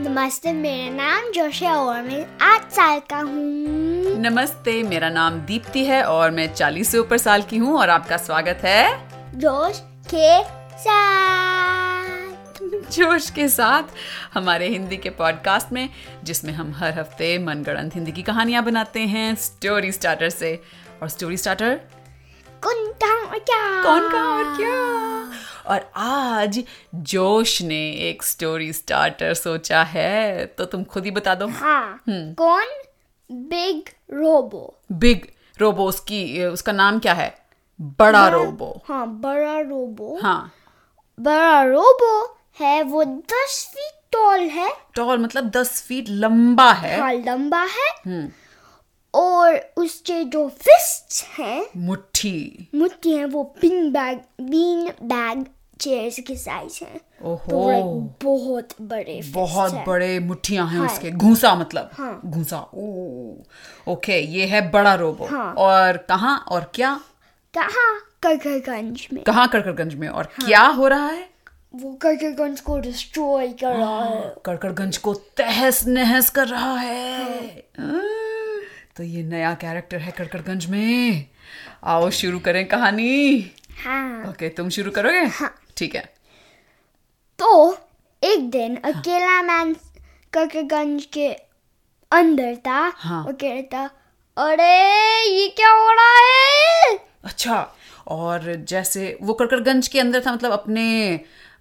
नमस्ते मेरा नाम जोश है और मैं आठ साल का हूँ नमस्ते मेरा नाम दीप्ति है और मैं 40 से ऊपर साल की हूँ और आपका स्वागत है जोश के साथ जोश के साथ हमारे हिंदी के पॉडकास्ट में जिसमें हम हर हफ्ते मनगढ़ंत हिंदी की कहानियाँ बनाते हैं स्टोरी स्टार्टर से और स्टोरी स्टार्टर कौन था और क्या कौन का और क्या और आज जोश ने एक स्टोरी स्टार्टर सोचा है तो तुम खुद ही बता दो हाँ हम्म। कौन बिग रोबो बिग रोबो उसकी उसका नाम क्या है बड़ा रोबो हाँ बड़ा रोबो हाँ बड़ा रोबो है वो दस फीट टॉल है टॉल मतलब दस फीट लंबा है हाँ लंबा है हम्म। और उसके जो फिस्ट हैं मुट्ठी मुट्ठी हैं वो bean bag bean bag chairs के साइज हैं तो ओहो लाइक बहुत बड़े fists बहुत हैं। बड़े मुट्ठियां हैं हाँ। उसके घूसा मतलब हाँ। घूसा ओ ओके ये है बड़ा रोबो हाँ। और कहाँ और क्या कहाँ करकरगंज में कहाँ कड़कड़गंज में और हाँ। क्या हो रहा है वो करकरगंज को डिस्ट्रॉय कर रहा है कड़कड़गंज को तहस नहस कर रहा है हाँ। अं, तो ये नया कैरेक्टर है कड़कड़गंज में आओ शुरू करें कहानी हाँ ओके तुम शुरू करोगे ठीक है तो एक दिन अकेला मैन करकरगंज के अंदर था हाँ। और कह रहा था अरे ये क्या हो रहा है अच्छा और जैसे वो कड़कड़गंज के अंदर था मतलब अपने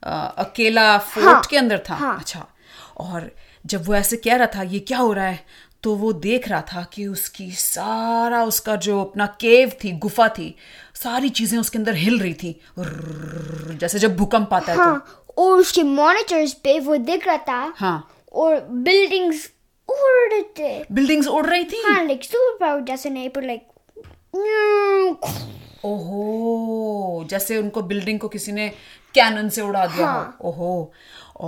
अ, अकेला फोर्ट हाँ, के अंदर था हाँ। अच्छा और जब वो ऐसे कह रहा था ये क्या हो रहा है तो वो देख रहा था कि उसकी सारा उसका जो अपना केव थी गुफा थी सारी चीजें उसके अंदर हिल रही थी रुर्र, जैसे जब भूकंप आता है तो हाँ और उसके मॉनिटर्स पे वो दिख रहा था हाँ और बिल्डिंग्स उड़ रहे थे बिल्डिंग्स उड़ रही थी हाँ लाइक सुपर पावर जैसे नहीं पर लाइक ओहो जैसे उनको बिल्डिंग को किसी ने कैनन से उड़ा दिया हो। हाँ। ओहो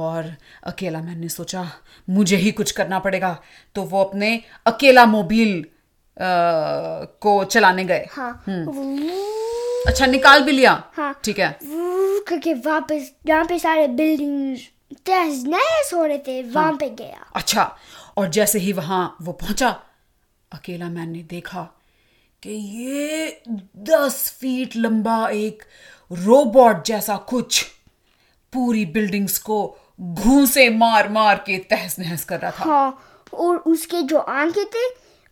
और अकेला मैंने सोचा मुझे ही कुछ करना पड़ेगा तो वो अपने अकेला मोबाइल को चलाने गए हाँ वो- अच्छा निकाल भी लिया हाँ। ठीक है वो करके वापस जहाँ पे सारे बिल्डिंग्स तहस नहस हो रहे थे वहां पे गया अच्छा और जैसे ही वहां वो पहुंचा अकेला मैन ने देखा कि ये दस फीट लंबा एक रोबोट जैसा कुछ पूरी बिल्डिंग्स को घूसे मार मार के तहस नहस कर रहा था हाँ और उसके जो आंखें थे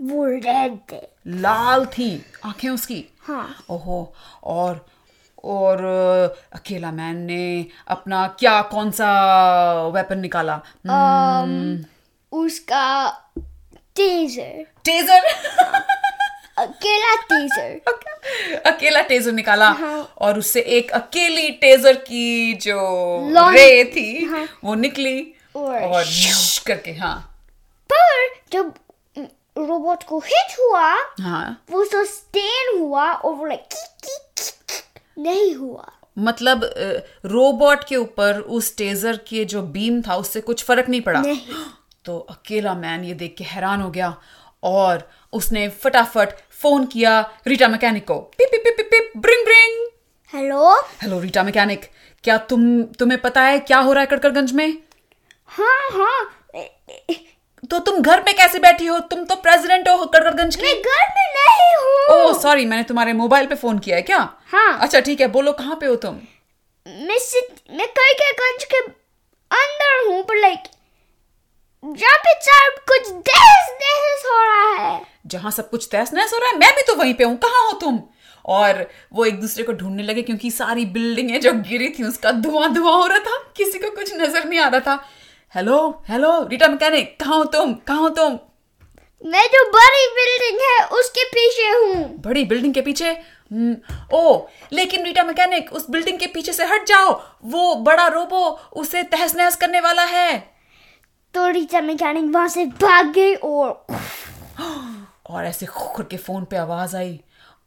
वो रेड थे लाल थी आंखें उसकी हाँ ओहो और और अ, अकेला मैन ने अपना क्या कौन सा वेपन निकाला उसका टेजर टेजर अकेला टेजर अकेला टेजर निकाला हाँ। और उससे एक अकेली टेजर की जो लॉन्ग- रे थी हाँ। वो निकली और और यूं करके हाँ पर जब रोबोट को हिट हुआ हाँ वो सस्टेन हुआ और वो लाइक नहीं हुआ मतलब अ, रोबोट के ऊपर उस टेजर के जो बीम था उससे कुछ फर्क नहीं पड़ा नहीं। तो अकेला मैन ये देख के हैरान हो गया और उसने फटाफट फोन किया रीटा मैकेनिक को पिप पिप पिप पिप, पिप bring bring hello hello Rita mechanic क्या तुम तुम्हें पता है क्या हो रहा है कड़कड़गंज में हाँ हाँ ए- ए- तो तुम घर में कैसे बैठी हो तुम तो प्रेसिडेंट हो कड़कड़गंज की मैं घर में नहीं हूँ ओ सॉरी मैंने तुम्हारे मोबाइल पे फोन किया है क्या हाँ। अच्छा ठीक है बोलो कहाँ पे हो तुम मैं सिट- मैं कई के गंज के अंदर हूँ पर लाइक जहाँ पे चार कुछ देश देश हो रहा है जहाँ सब कुछ तहस नहस हो रहा है मैं भी तो वहीं पे हूँ कहाँ हो तुम और वो एक दूसरे को ढूंढने लगे क्योंकि सारी बिल्डिंगें जो गिरी थी उसका धुआं धुआं हो रहा था किसी को कुछ नजर नहीं आ रहा था हेलो हेलो रीटा मैकेनिक कहाँ हो तुम कहाँ हो तुम मैं जो बड़ी बिल्डिंग है उसके पीछे हूँ बड़ी बिल्डिंग के पीछे हम्म, ओ लेकिन रीटा मैकेनिक उस बिल्डिंग के पीछे से हट जाओ वो बड़ा रोबो उसे तहस नहस करने वाला है तो रीचा मैकेनिक वहां से भाग गई और और ऐसे खुर के फ़ोन पे आवाज़ आई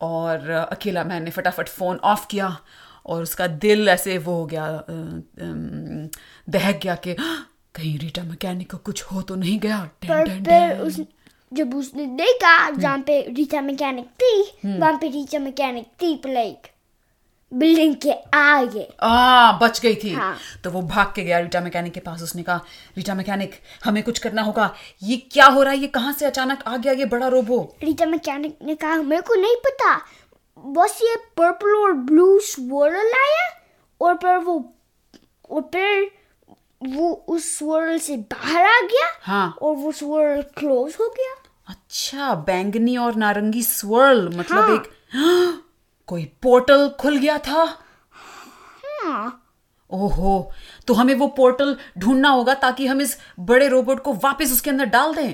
और अ, अकेला मैंने फटाफट फ़ोन ऑफ किया और उसका दिल ऐसे वो हो गया अ, अम, दहक गया कि "हाँ, कहीं रीटा मैकेनिक को कुछ हो तो नहीं गया डन, पर डन, फिर डन। उस जब उसने देखा जहाँ पे रीचा मैकेनिक थी वहां पे रीचा मैकेनिक थी पर लाइक बिल्डिंग के आगे आ बच गई थी हाँ। तो वो भाग के गया रीटा मैकेनिक के पास उसने कहा रीटा मैकेनिक हमें कुछ करना होगा ये क्या हो रहा है ये कहाँ से अचानक आ गया ये बड़ा रोबो रीटा मैकेनिक ने कहा मेरे को नहीं पता बस ये पर्पल और ब्लू स्वॉरल आया और पर वो और फिर वो उस स्वॉरल से बाहर आ गया हाँ। और वो स्वॉरल क्लोज हो गया अच्छा बैंगनी और नारंगी स्वर्ल मतलब हाँ। एक कोई पोर्टल खुल गया था हाँ ओहो तो हमें वो पोर्टल ढूंढना होगा ताकि हम इस बड़े रोबोट को वापस उसके अंदर डाल दें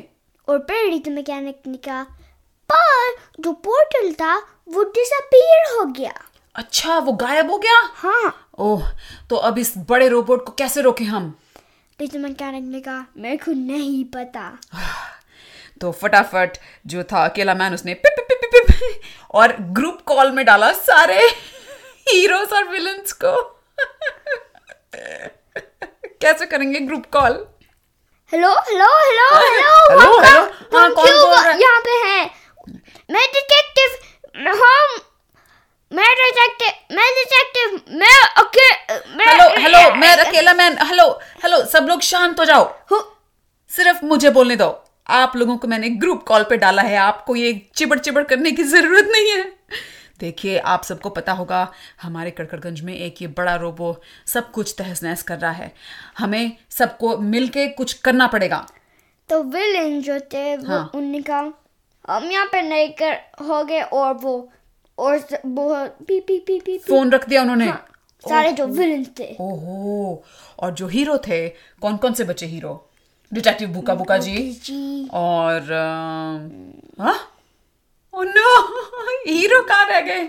और फिर रीटा मैकेनिक ने कहा पर जो पोर्टल था वो डिसअपीयर हो गया अच्छा वो गायब हो गया हाँ ओह तो अब इस बड़े रोबोट को कैसे रोके हम रीटा मैकेनिक ने कहा मेरे को नहीं पता तो फटाफट जो था अकेला मैन उसने पिप पिप पिप पिप पिप और ग्रुप कॉल में डाला सारे हीरोज और विलन्स को कैसे करेंगे group call hello hello hello hello hello, हम हेलो, कहाँ- हाँ, हम कौन क्यों बोल रहा है? यहाँ पे हैं मैं डिटेक्टिव हम मैं डिटेक्टिव मैं डिटेक्टिव मैं ओके मैं हेलो हेलो मैं अकेला मैन हेलो हेलो सब लोग शांत हो जाओ हूँ। सिर्फ मुझे बोलने दो आप लोगों को मैंने ग्रुप कॉल पे डाला है आपको ये चिबड़ चिबड़ करने की जरूरत नहीं है देखिए आप सबको पता होगा हमारे कड़कड़गंज में एक ये बड़ा रोबो सब कुछ तहस नहस कर रहा है हमें सबको मिलके कुछ करना पड़ेगा तो विलेन जो थे वो हाँ। उनने कहा हम यहाँ पे नहीं कर हो गए और वो और स- वो पी पी पी पी पी फोन रख दिया उन्होंने हाँ, सारे जो विलेन थे ओहो और जो हीरो थे कौन कौन से बचे हीरो डिटेक्टिव बुका बुका जी जी और हाँ? ओह नो हीरो कहाँ रह गए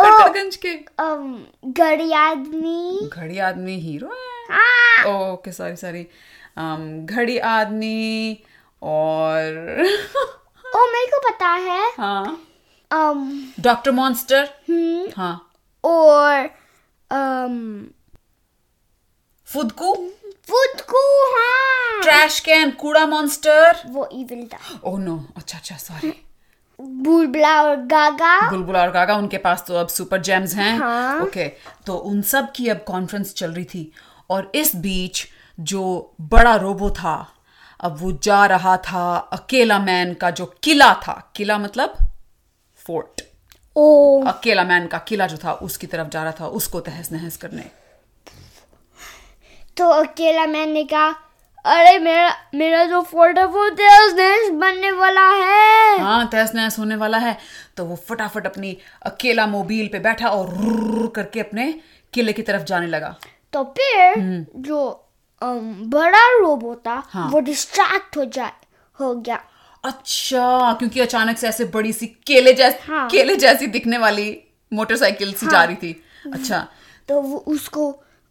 कड़कड़गंज के अम, गड़ी आदमी घड़ी आदमी हीरो है हाँ ओके सॉरी सॉरी घड़ी आदमी और ओ मेरे को पता है हाँ अम डॉक्टर मॉन्स्टर हम्म हाँ और um, फुदकू खुद को हाँ ट्रैश कैन कूड़ा मॉन्स्टर वो इविल था ओह नो अच्छा अच्छा सॉरी बुलबुला और गागा बुलबुला और गागा उनके पास तो अब सुपर जेम्स हैं हाँ। ओके तो उन सब की अब कॉन्फ्रेंस चल रही थी और इस बीच जो बड़ा रोबो था अब वो जा रहा था अकेला मैन का जो किला था किला मतलब फोर्ट ओ अकेला मैन का किला जो था उसकी तरफ जा रहा था उसको तहस नहस करने तो अकेला मैंने कहा अरे मेरा मेरा जो फोर्ट है वो देश देश बनने वाला है हाँ तहस नहस होने वाला है तो वो फटाफट अपनी अकेला मोबाइल पे बैठा और रुर्र करके अपने किले की तरफ जाने लगा तो फिर जो um, बड़ा रोबो था हाँ। वो डिस्ट्रैक्ट हो जाए हो गया अच्छा क्योंकि अचानक से ऐसे बड़ी सी केले जैसी हाँ। केले जैसी दिखने वाली मोटरसाइकिल सी जा हाँ। रही थी अच्छा तो वो उसको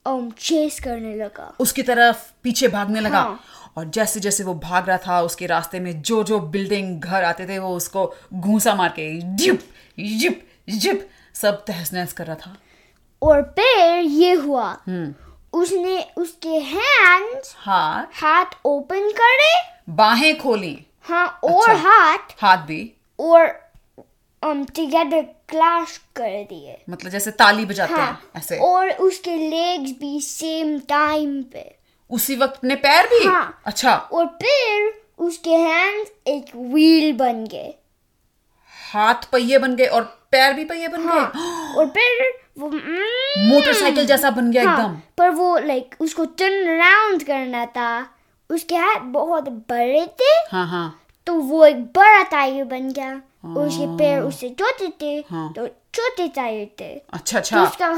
um, चेस करने लगा उसकी तरफ पीछे भागने लगा हाँ। और जैसे जैसे वो भाग रहा था उसके रास्ते में जो जो बिल्डिंग घर आते थे वो उसको घूसा मार के जिप जिप जिप सब तहस नहस कर रहा था और फिर ये हुआ उसने उसके हैंड्स हाथ हाथ ओपन करे हाँ, बाहें खोली हाँ और अच्छा। हाथ हाथ भी और um, together क्लैश कर दिए मतलब जैसे ताली बजाते हाँ हैं ऐसे और उसके लेग्स भी सेम टाइम पे उसी वक्त अपने पैर भी हाँ। अच्छा और फिर उसके हैंड्स एक व्हील बन गए हाथ पहिए बन गए और पैर भी पहिए बन हाँ गए और फिर वो mm, मोटरसाइकिल जैसा बन गया हाँ, एकदम पर वो लाइक उसको टर्न अराउंड करना था उसके हाथ बहुत बड़े थे हाँ हाँ तो वो एक बड़ा टायर बन गया और उसके पैर उससे छोटे थे हाँ। तो छोटे टायर थे अच्छा तो अच्छा उसका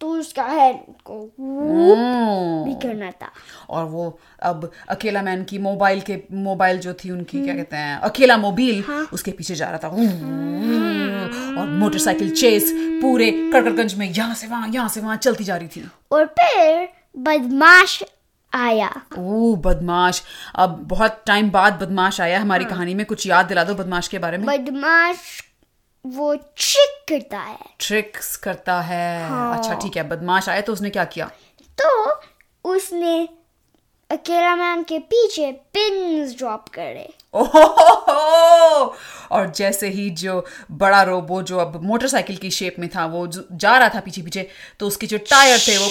तो उसका हेड को वो Mm. भी ओह, करना था और वो अब अकेला मैन की मोबाइल के मोबाइल जो थी उनकी हम्म। क्या कहते हैं अकेला मोबाइल हाँ। उसके पीछे जा रहा था और मोटरसाइकिल चेस पूरे कड़कड़गंज में यहाँ से वहां यहाँ से वहां चलती जा रही थी और फिर बदमाश आया ओ बदमाश अब बहुत टाइम बाद बदमाश आया हमारी कहानी में कुछ याद दिला दो बदमाश के बारे में बदमाश वो चिक करता है ट्रिक्स करता है अच्छा ठीक है बदमाश आया तो उसने क्या किया तो उसने अकेला मैन के पीछे पिन्स ड्रॉप करे ओहो और जैसे ही जो बड़ा रोबो जो अब मोटरसाइकिल की शेप में था वो जो जा रहा था पीछे पीछे तो उसके जो टायर थे वो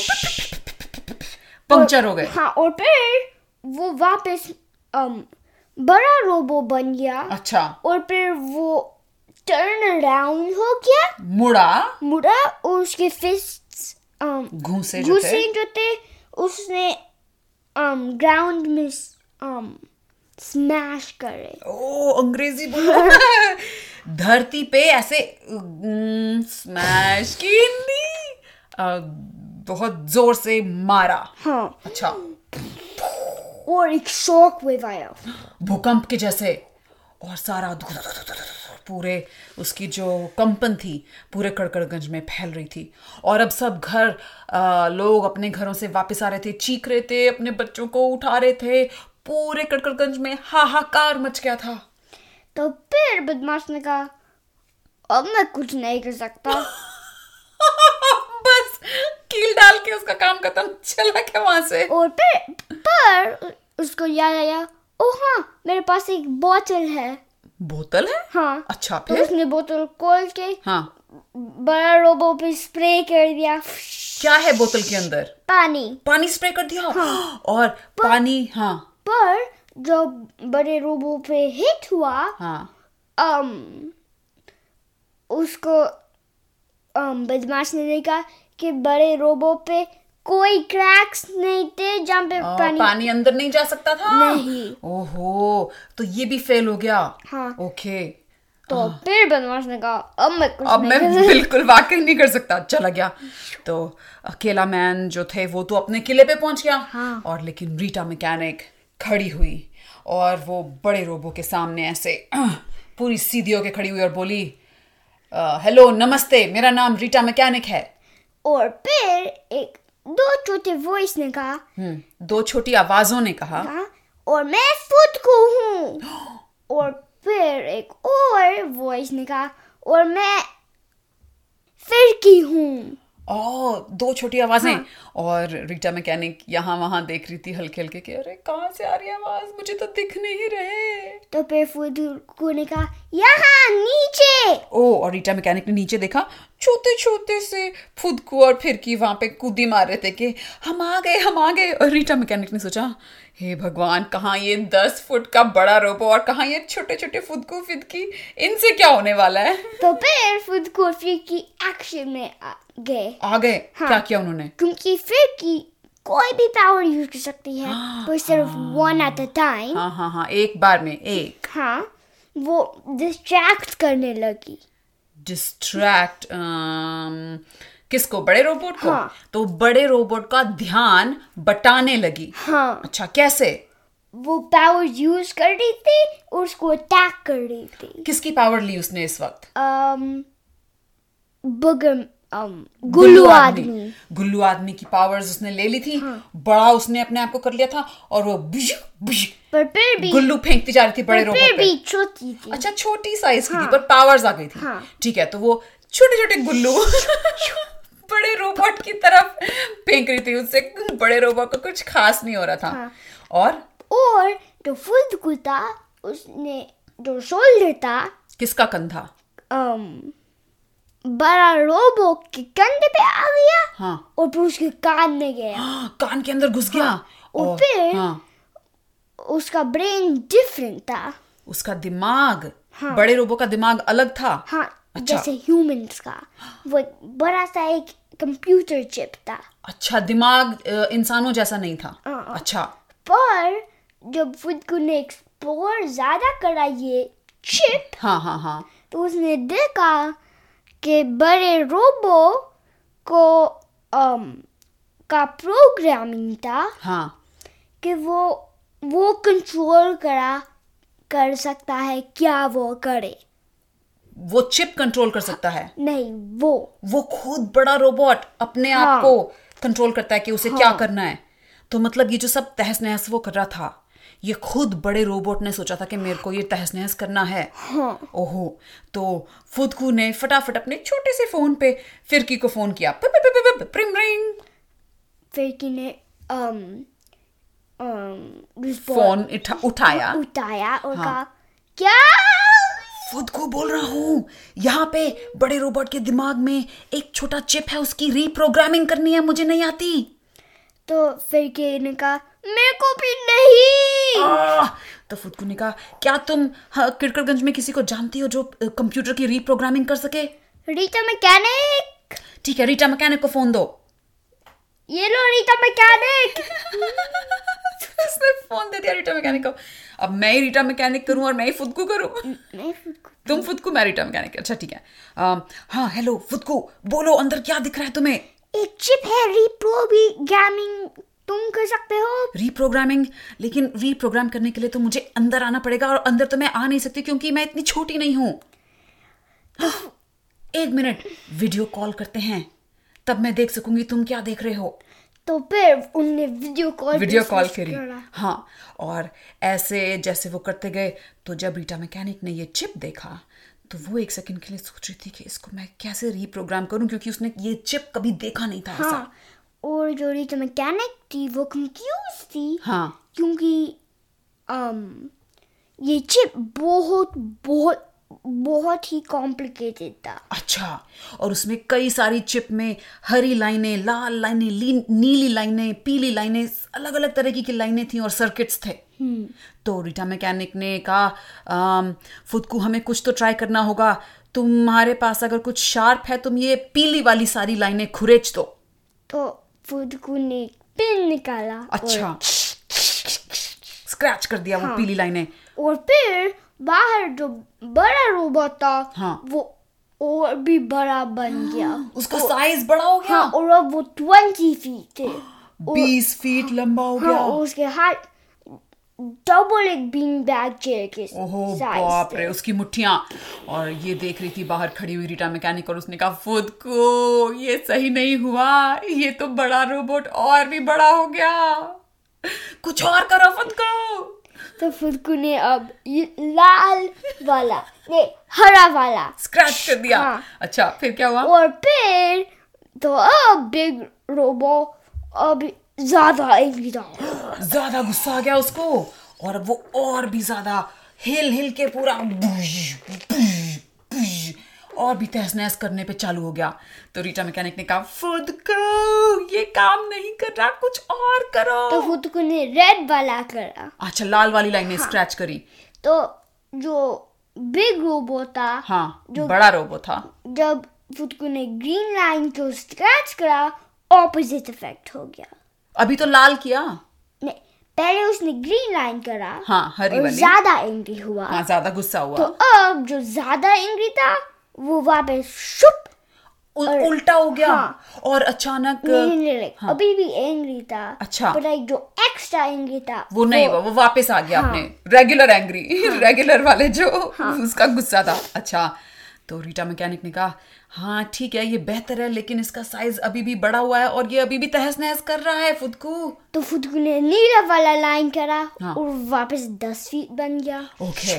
पंक्चर हो गए हाँ और फिर वो वापस अम, बड़ा रोबो बन गया अच्छा और फिर वो टर्न अराउंड हो गया मुड़ा मुड़ा और उसके फिस्ट अम, घूसे जो थे घुसे जो थे उसने um, अम, ग्राउंड में स- अम, स्मैश um, करे ओ अंग्रेजी बोलो धरती पे ऐसे स्मैश की बहुत जोर से मारा हाँ अच्छा और एक शॉक वेव आया भूकंप के जैसे और सारा धु- पूरे उसकी जो कंपन थी पूरे कड़कड़गंज में फैल रही थी और अब सब घर अ, लोग अपने घरों से वापस आ रहे थे चीख रहे थे अपने बच्चों को उठा रहे थे पूरे कड़कड़गंज में हाहाकार मच गया था तो फिर बदमाश ने कहा अब मैं कुछ नहीं कर सकता बस कील डाल के उसका काम खत्म चला गया वहां से और फिर पर उ- उसको याद आया ओ हाँ मेरे पास एक बोतल है बोतल है हाँ अच्छा तो फिर उसने बोतल खोल के हाँ बड़ा रोबो पे स्प्रे कर दिया क्या है बोतल के अंदर पानी पानी स्प्रे कर दिया हाँ। और पानी हाँ पर जो बड़े रोबो पे हिट हुआ हाँ अम um, उसको अम बदमाश ने देखा कि बड़े रोबो पे कोई क्रैक्स नहीं थे जहाँ पे आ, पानी पानी अंदर नहीं जा सकता था नहीं। ओहो तो ये भी फेल हो गया हाँ। ओके तो फिर बदमाश ने कहा अब मैं कुछ अब मैं नहीं कर बिल्कुल वाकई नहीं कर सकता चला गया तो अकेला मैन जो थे वो तो अपने किले पे पहुंच गया हाँ। और लेकिन रीटा मैकेनिक खड़ी हुई और वो बड़े रोबो के सामने ऐसे पूरी सीधी होके खड़ी हुई और बोली "अ, हेलो नमस्ते मेरा नाम रीटा मैकेनिक है और फिर एक दो छोटे वॉइस ने कहा हम्म, दो छोटी आवाजों ने कहा कहा, और मैं फुदकू हूँ और फिर एक और वॉइस ने कहा और मैं फिरकी हूँ ओ दो छोटी आवाजें हाँ। और रीटा मैकेनिक यहाँ वहां देख रही थी हल्के हल्के कि अरे कहाँ से आ रही है आवाज मुझे तो दिख नहीं रहे तो फिर फुदकू ने कहा यहाँ नीचे ओ और रीटा मैकेनिक ने नीचे देखा छोटे छोटे से फुदकू और फिरकी वहां पे कूदी मार रहे थे कि हम आ गए हम आ गए और रीटा मैकेनिक ने सोचा हे भगवान कहाँ ये दस फुट का बड़ा रोबो और कहाँ ये छोटे छोटे फुदकू फिदकी इनसे क्या होने वाला है तो फिर फुदकू और फिरकी एक्शन में आ गए आ गए हाँ। क्या किया उन्होंने क्योंकि फिरकी कोई भी पावर यूज कर सकती है पर सिर्फ वन एट अ टाइम हाँ हाँ हाँ एक बार में एक हाँ वो डिस्ट्रैक्ट करने लगी डिस्ट्रैक्ट um, किसको बड़े रोबोट को हाँ। तो बड़े रोबोट का ध्यान बटाने लगी हाँ अच्छा कैसे वो पावर यूज कर रही थी और उसको अटैक कर रही थी किसकी पावर ली उसने इस वक्त um बुगम um गुल्लू आदमी हाँ। गुल्लू आदमी की पावर्स उसने ले ली थी बड़ा उसने अपने आप को कर लिया था और वो बुजुक, बुजुक, पर फिर भी गुल्लू फेंकती जा रही थी बड़े पर फिर रोबोट पे भी छोटी थी अच्छा छोटी साइज की थी हाँ। पर पावर्स आ गई थी हाँ। ठीक है तो वो छोटे छोटे गुल्लू बड़े रोबोट की तरफ फेंक रही थी उससे बड़े रोबोट को कुछ खास नहीं हो रहा था हाँ। और और जो फुदकू था उसने जो शोल्डर था किसका कंधा um बड़ा रोबो के कंधे पे आ गया हाँ और फिर उसके कान में गया कान के अंदर घुस गया और फिर- हाँ उसका ब्रेन डिफरेंट था उसका दिमाग बड़े रोबो का दिमाग अलग था हाँ अच्छा। जैसे ह्यूमंस का वो एक बड़ा सा एक कंप्यूटर चिप था अच्छा दिमाग अ, इंसानों जैसा नहीं था हाँ। अच्छा पर जब फुदकू ने एक्सप्लोर ज्यादा करा ये चिप हाँ हाँ हाँ तो उसने देखा कि बड़े रोबो को अम, का प्रोग्रामिंग था हाँ कि वो वो कंट्रोल करा कर सकता है क्या वो करे वो चिप कंट्रोल कर सकता है नहीं वो वो खुद बड़ा रोबोट अपने हाँ। आप को कंट्रोल करता है कि उसे क्या करना है तो मतलब ये जो सब तहस नहस वो कर रहा था ये खुद बड़े रोबोट ने सोचा था कि मेरे को ये तहस नहस करना है हाँ ओहो तो फुदकू ने फटाफट अपने छोटे से फोन पे फिरकी को फोन किया पिप पिप पिप पिप, प्रिंग रिंग फिर कि ने अम, अम, इस बॉल फोन उठा- उठाया उठाया और हाँ। कहा क्या खुद को बोल रहा हूँ यहाँ पे बड़े रोबोट के दिमाग में एक छोटा चिप है उसकी रीप्रोग्रामिंग करनी है मुझे नहीं आती तो फिर के ने कहा मेरे को भी नहीं आह! तो फुदकू ने कहा क्या तुम हाँ, किरकटगंज में किसी को जानती हो जो अ, कंप्यूटर की रीप्रोग्रामिंग कर सके रीता मैकेनिक ठीक है रीटा मैकेनिक को फोन दो ये लो रीता मैकेनिक उसने फोन दे दिया रीटा मैकेनिक को अब मैं ही रीटा मैकेनिक करूं और मैं ही फुदकू करूं मैं खुद को- तुम फुदकू मैं रीटा मैकेनिक अच्छा ठीक है अम, हाँ हेलो फुदकू बोलो अंदर क्या दिख रहा है तुम्हें एक चिप है रिप्रो भी गेमिंग तुम कर सकते हो रीप्रोग्रामिंग लेकिन रीप्रोग्राम करने के लिए तो मुझे अंदर आना पड़ेगा और अंदर तो मैं आ नहीं सकती क्योंकि मैं इतनी छोटी नहीं हूँ तो एक मिनट वीडियो कॉल करते हैं तब मैं देख सकूंगी तुम क्या देख रहे हो तो फिर उनने वीडियो कॉल वीडियो पे कॉल सर्च करी करा। हाँ और ऐसे जैसे वो करते गए तो जब रीटा मैकेनिक ने ये चिप देखा तो वो एक सेकंड के लिए सोच रही थी कि इसको मैं कैसे रीप्रोग्राम करूं क्योंकि उसने ये चिप कभी देखा नहीं था ऐसा हाँ और जो रीता मैकेनिक थी वो कंफ्यूज थी हाँ क्योंकि um, ये चिप बहुत बहुत बहुत ही कॉम्प्लिकेटेड था अच्छा और उसमें कई सारी चिप में हरी लाइनें लाल लाइनें ली- नीली लाइनें पीली लाइनें अलग अलग तरह की लाइनें थी और सर्किट्स थे हम्म। तो रीटा मैकेनिक ने कहा "अम, फुदकू हमें कुछ तो ट्राई करना होगा तुम्हारे पास अगर कुछ शार्प है तुम ये पीली वाली सारी लाइनें खुरेच दो तो फुदकू ने पिन निकाला अच्छा स्क्रैच कर दिया वो हाँ। पीली लाइनें और, और फिर बाहर जो बड़ा रोबोट था हाँ। वो और भी बड़ा बन गया उसका साइज बड़ा हो हाँ गया और अब वो ट्वेंटी फीट थे बीस फीट लंबा हो हाँ गया और उसके हाथ डबल एक बीन बैग चेयर के ओहो size बाप थे। रे उसकी मुट्ठियां और ये देख रही थी बाहर खड़ी हुई रीटा मैकेनिक और उसने कहा खुद को ये सही नहीं हुआ ये तो बड़ा रोबोट और भी बड़ा हो गया कुछ और करो खुद को तो फुदकू ने अब ये लाल वाला नहीं हरा वाला स्क्रैच कर दिया हाँ। अच्छा फिर क्या हुआ और फिर तो अब बिग रोबो अब ज्यादा एंग्री था ज्यादा गुस्सा आ गया उसको और वो और भी ज्यादा हिल हिल के पूरा और भी तहस नहस करने पे चालू हो गया तो रीटा मैकेनिक ने कहा खुद को ये काम नहीं कर रहा कुछ और तो करो फुदकू ने रेड वाला करा अच्छा लाल वाली लाइन हाँ। में स्क्रैच करी तो जो बिग रोबो था हाँ बड़ा रोबो था जब फुदकू ने ग्रीन लाइन को स्क्रैच करा ऑपोजिट इफेक्ट हो गया अभी तो लाल किया नहीं पहले उसने ग्रीन लाइन करा हाँ हरी और वाली ज्यादा एंग्री हुआ हाँ ज्यादा गुस्सा तो हुआ अब जो ज्यादा एंग्री था वो वापस शुप उल- उल्टा हो गया हाँ। और अचानक नहीं नहीं, नहीं, नहीं हाँ। अभी भी एंग्री था अच्छा। पर लाइक जो एक्स्ट्रा एंग्री था वो नहीं हुआ वो वापस आ गया हाँ। अपने रेगुलर एंग्री रेगुलर वाले जो उसका गुस्सा था अच्छा तो रीटा मैकेनिक ने कहा हाँ ठीक है ये बेहतर है लेकिन इसका साइज अभी भी बड़ा हुआ है और ये अभी भी तहस नहस कर रहा है खुद को तो फुदकू ने नीला वाला लाइन करा हाँ। और वापस दस फीट बन गया ओके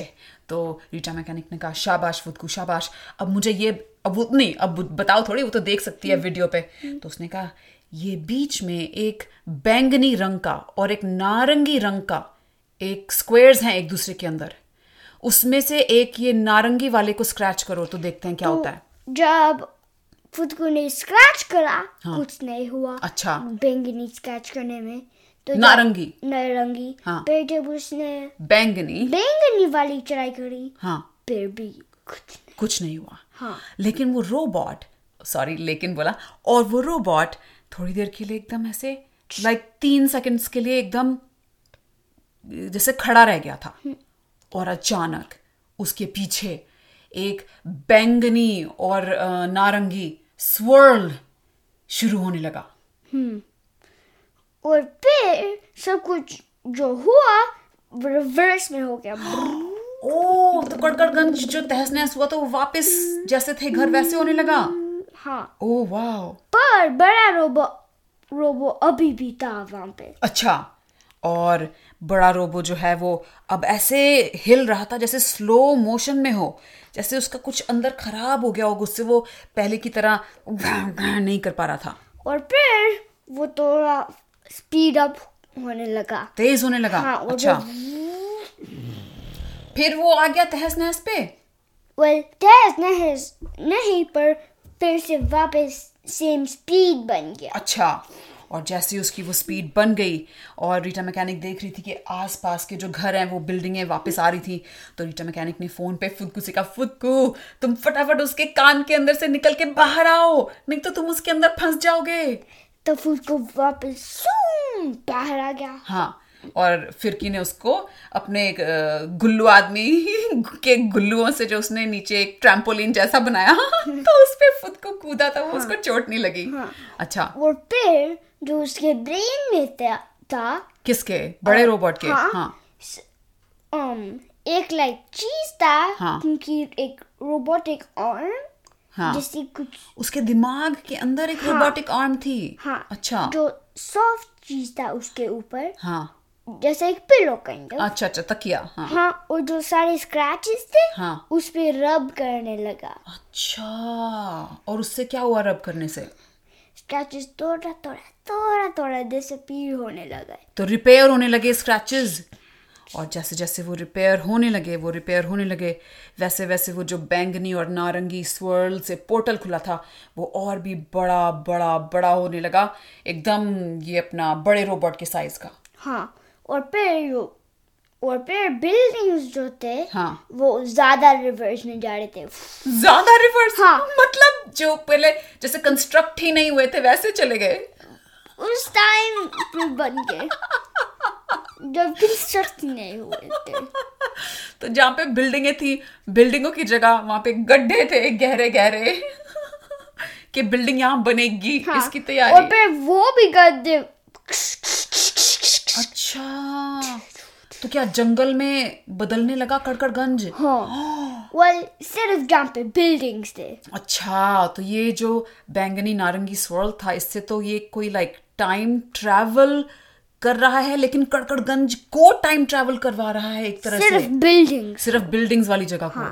तो रीटा मैकेनिक ने कहा शाबाश फुदकू शाबाश अब मुझे ये अब वो नहीं अब बताओ थोड़ी वो तो देख सकती है वीडियो पे तो उसने कहा ये बीच में एक बैंगनी रंग का और एक नारंगी रंग का एक स्क्वायर्स हैं एक दूसरे के अंदर उसमें से एक ये नारंगी वाले को स्क्रैच करो तो देखते हैं क्या होता है जब फुदकू ने स्क्रैच करा कुछ नहीं हुआ हाँ। अच्छा। तो बैंगनी स्क्रैच करने में तो जब- नारंगी नारंगी हाँ। फिर जब उसने बैंगनी बैंगनी वाली ट्राई करी हाँ फिर भी कुछ नहीं। कुछ नहीं हुआ हाँ। लेकिन वो रोबोट सॉरी लेकिन बोला और वो रोबोट थोड़ी देर के लिए एकदम ऐसे लाइक तीन सेकंड्स के लिए एकदम जैसे खड़ा रह गया था और अचानक उसके पीछे एक बैंगनी और अ, नारंगी स्वर्ल शुरू होने लगा और फिर सब कुछ जो हुआ रिवर्स में हो गया ओ तो कड़कड़गंज जो तहस नहस हुआ तो वो वापस जैसे थे घर वैसे होने लगा हाँ ओ वाओ पर बड़ा रोबो रोबो अभी भी था वहां पे अच्छा और बड़ा रोबो जो है वो अब ऐसे हिल रहा था जैसे स्लो मोशन में हो जैसे उसका कुछ अंदर खराब हो गया हो उससे वो पहले की तरह नहीं कर पा रहा था और फिर वो थोड़ा स्पीड अप होने लगा तेज होने लगा हाँ, और अच्छा फिर वो आ गया तहस नहस पे वेल तेज नहीं नहीं पर फिर से वापस सेम स्पीड बन गया अच्छा और जैसे ही उसकी वो स्पीड बन गई और रीटा मैकेनिक देख रही थी कि आसपास के जो घर हैं वो बिल्डिंगें वापस आ रही थी तो रीटा मैकेनिक ने फोन पे फुदकू से कहा फुदकू तुम फटाफट उसके कान के अंदर से निकल के बाहर आओ नहीं तो तुम उसके अंदर फंस जाओगे तो फूल को वापस सूं बाहर आ गया हाँ और फिरकी ने उसको अपने एक अ, गुल्लू आदमी के गुल्लुओं से जो उसने नीचे एक ट्रैम्पोलिन जैसा बनाया तो उस पे फुदकू कूदा था वो उसको चोट नहीं लगी अच्छा और फिर जो उसके ब्रेन में था- था किसके बड़े रोबोट के हाँ। हाँ um, एक लाइक चीज था हाँ। क्योंकि एक रोबोटिक आर्म हाँ जैसे कुछ उसके दिमाग के अंदर एक रोबोटिक आर्म थी हाँ अच्छा जो सॉफ्ट चीज था उसके ऊपर हाँ जैसे एक पिलो काइंड अच्छा अच्छा तकिया हाँ हाँ और जो सारे स्क्रैचेस थे हाँ। उस पे रब करने लगा अच्छा और उससे क्या हुआ रब करने से स्क्रैचेस थोड़ा थोड़ा थोड़ा थोड़ा डिसअपीयर होने लगा तो रिपेयर होने लगे स्क्रैचेस और जैसे जैसे वो रिपेयर होने लगे वो रिपेयर होने लगे वैसे वैसे वो जो बैंगनी और नारंगी स्वर्ल से पोर्टल खुला था वो और भी बड़ा बड़ा बड़ा होने लगा एकदम ये अपना बड़े रोबोट के साइज का हाँ और फिर वो और फिर बिल्डिंग्स जो थे हाँ। वो ज्यादा रिवर्स में जा रहे थे ज्यादा रिवर्स हाँ। मतलब जो पहले जैसे कंस्ट्रक्ट ही नहीं हुए थे वैसे चले गए उस टाइम पुल बन गए जब कंस्ट्रक्ट नहीं हुए थे तो जहाँ पे बिल्डिंगें थी बिल्डिंगों की जगह वहां पे गड्ढे थे गहरे गहरे कि बिल्डिंग यहाँ बनेगी हाँ, इसकी और तैयारी फिर वो भी गड्ढे अच्छा तो क्या जंगल में बदलने लगा कड़कड़गंज हाँ वेल सिर्फ जहाँ पे बिल्डिंग्स थे अच्छा तो ये जो बैंगनी नारंगी स्वर्ल था इससे तो ये कोई लाइक टाइम ट्रैवल कर रहा है लेकिन कड़कड़गंज को टाइम ट्रैवल करवा रहा है एक तरह से सिर्फ बिल्डिंग्स सिर्फ बिल्डिंग्स वाली जगह को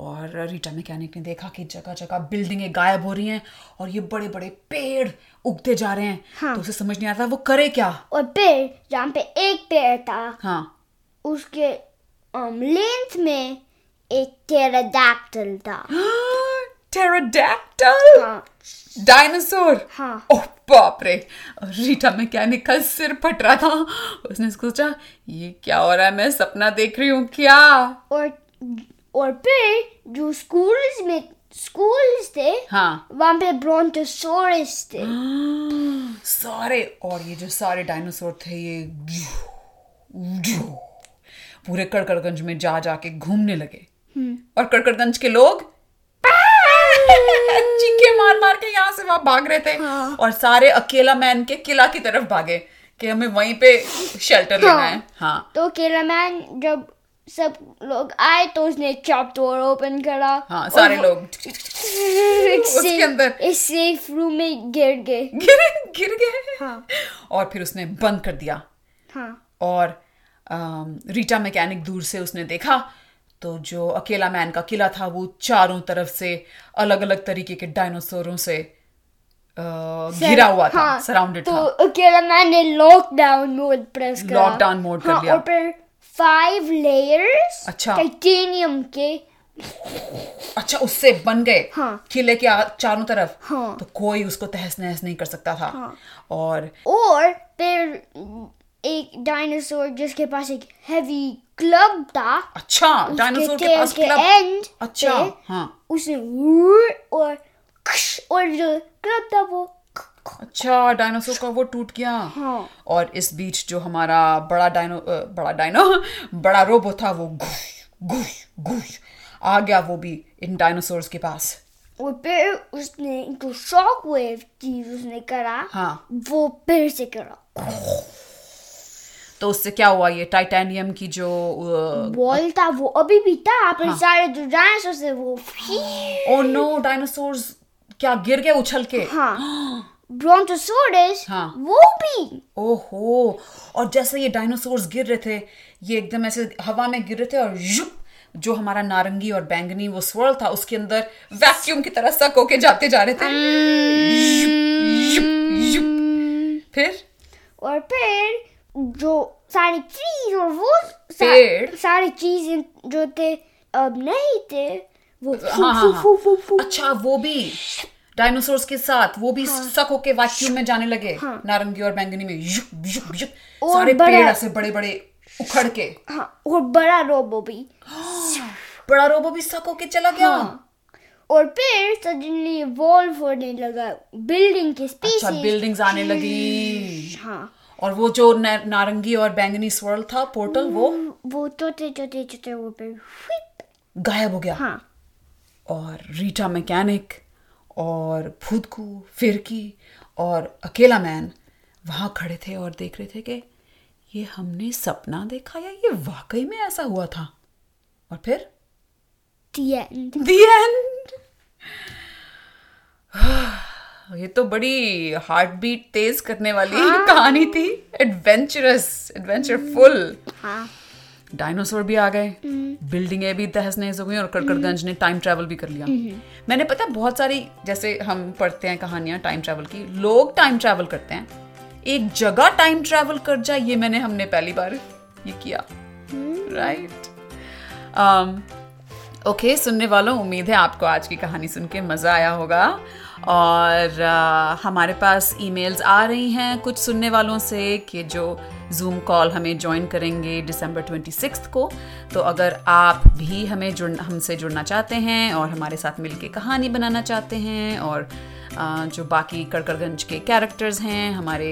और रीटा मैकेनिक ने देखा कि जगह जगह बिल्डिंगें गायब हो रही हैं और ये बड़े बड़े पेड़ उगते जा रहे हैं हाँ। तो उसे समझ नहीं आता वो करे क्या और फिर जहाँ पे एक पेड़ था हाँ उसके um, लेंथ में एक टेराडैक्टल था टेराडैक्टल हाँ डायनासोर हाँ। ओह बाप रे रीटा मैकेनिक का सिर फट रहा था उसने सोचा ये क्या हो रहा है मैं सपना देख रही हूँ क्या और और फिर जो स्कूल्स में स्कूल्स थे हाँ वहाँ पे ब्रोंटोसोरस थे सारे और ये जो सारे डायनासोर थे ये पूरे कड़कड़गंज में जा जा के घूमने लगे हम्म। और कड़कड़गंज के लोग चीखे मार मार के यहाँ से वहां भाग रहे थे हाँ। और सारे अकेला मैन के किला की तरफ भागे कि हमें वहीं पे शेल्टर लेना है हाँ तो केलामैन जब सब लोग आए तो उसने चॉप डोर ओपन करा हाँ और सारे वो लोग एक उसके safe- अंदर। एक सेफ रूम में गिर गए गिर गिर गए हाँ। और फिर उसने बंद कर दिया हाँ और अम, रीटा मैकेनिक दूर से उसने देखा तो जो अकेला मैन का किला था वो चारों तरफ से अलग अलग तरीके के डायनासोरों से अ, घिरा हुआ था हाँ, सराउंडेड तो था केलामैन ने लॉकडाउन मोड प्रेस करा Lockdown mode कर हाँ, लिया। और फिर फाइव लेयर्स अच्छा। टाइटेनियम के अच्छा उससे बन गए हाँ। किले के आ- चारों तरफ हाँ। तो कोई उसको तहस नहस नहीं कर सकता था और और फिर एक डायनासोर जिसके पास एक हेवी क्लब था अच्छा उसके डायनासोर के tail पास के किला end अच्छा पे हाँ उसने वुर और क्श और जो क्लब था वो अच्छा डायनासोर का वो टूट गया हाँ। और इस बीच जो हमारा बड़ा डायनो अ, बड़ा डायनो बड़ा रोबो था वो घुश घुश घुश आ गया वो भी इन डायनासोर्स के पास और फिर उसने जो शॉक वेव चीज उसने करा हाँ। वो फिर से करा तो उससे क्या हुआ ये टाइटेनियम की जो बॉल था वो अभी भी था पर सारे जो डायनासोर थे वो ओ नो डायनासोर्स oh क्या गिर गए उछल के हाँ ब्रोंटोसोरस हाँ। वो भी ओहो और जैसे ये डायनासोर्स गिर रहे थे ये एकदम ऐसे हवा में गिर रहे थे और युप जो हमारा नारंगी और बैंगनी वो स्वर्ल था उसके अंदर वैक्यूम की तरह सक होके जाते जा रहे थे युप, युप, युप। फिर और फिर जो सारे चीज और वो सा, पेड़? सारे चीज जो थे अब नहीं थे वो फू, हाँ, फू, हाँ, फू, फू, फू, अच्छा वो भी डायनासोर्स के साथ वो भी हाँ। सक होके वैक्यूम में जाने लगे नारंगी और बैंगनी में युक, युक, युक, और सारे बड़ा- पेड़ ऐसे बड़े बड़े उखड़ के हाँ और बड़ा रोबो भी बड़ा रोबो भी सक होके चला गया हाँ। और फिर सडनली इवॉल्व होने लगा बिल्डिंग की स्पीशीज अच्छा बिल्डिंग्स आने लगी हाँ और वो जो ना- नारंगी और बैंगनी स्वर्ल था पोर्टल वो वो छोटे छोटे छोटे वो पे whip, गायब हो गया हाँ और रीटा मैकेनिक और भूतकू फिरकी और अकेला मैन वहाँ खड़े थे और देख रहे थे कि ये हमने सपना देखा या ये वाकई में ऐसा हुआ था और फिर the end दी एंड ये तो बड़ी हार्ट बीट तेज करने वाली कहानी थी एडवेंचरस एडवेंचरफुल हाँ डायनासोर भी आ गए बिल्डिंगें भी तहस नहस हो गई और कड़कड़गंज ने टाइम ट्रैवल भी कर लिया मैंने पता है बहुत सारी जैसे हम पढ़ते हैं कहानियां टाइम ट्रैवल की लोग टाइम ट्रैवल करते हैं एक जगह टाइम ट्रैवल कर जाए ये मैंने हमने पहली बार ये किया Um, राइट ओके सुनने वालों उम्मीद है आपको आज की कहानी सुन के मज़ा आया होगा और आ, हमारे पास ईमेल्स आ रही हैं कुछ सुनने वालों से कि जो जूम कॉल हमें ज्वाइन करेंगे दिसंबर 26 को तो अगर आप भी हमें जुड़ हमसे जुड़ना चाहते हैं और हमारे साथ मिलके कहानी बनाना चाहते हैं और अ, जो बाकी कड़कड़गंज के कैरेक्टर्स हैं हमारे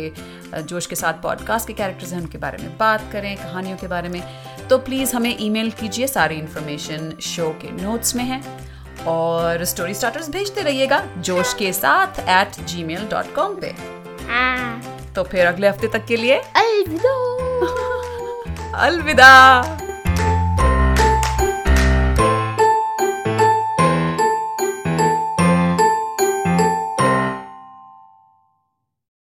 अ, जोश के साथ पॉडकास्ट के कैरेक्टर्स हैं उनके बारे में बात करें कहानियों के बारे में तो प्लीज़ हमें ईमेल कीजिए सारी इन्फॉर्मेशन शो के नोट्स में है और स्टोरी स्टार्टर्स भेजते रहिएगा जोश के साथ at Gmail dot com पे हाँ तो फिर अगले हफ्ते तक के लिए अलविदा अलविदा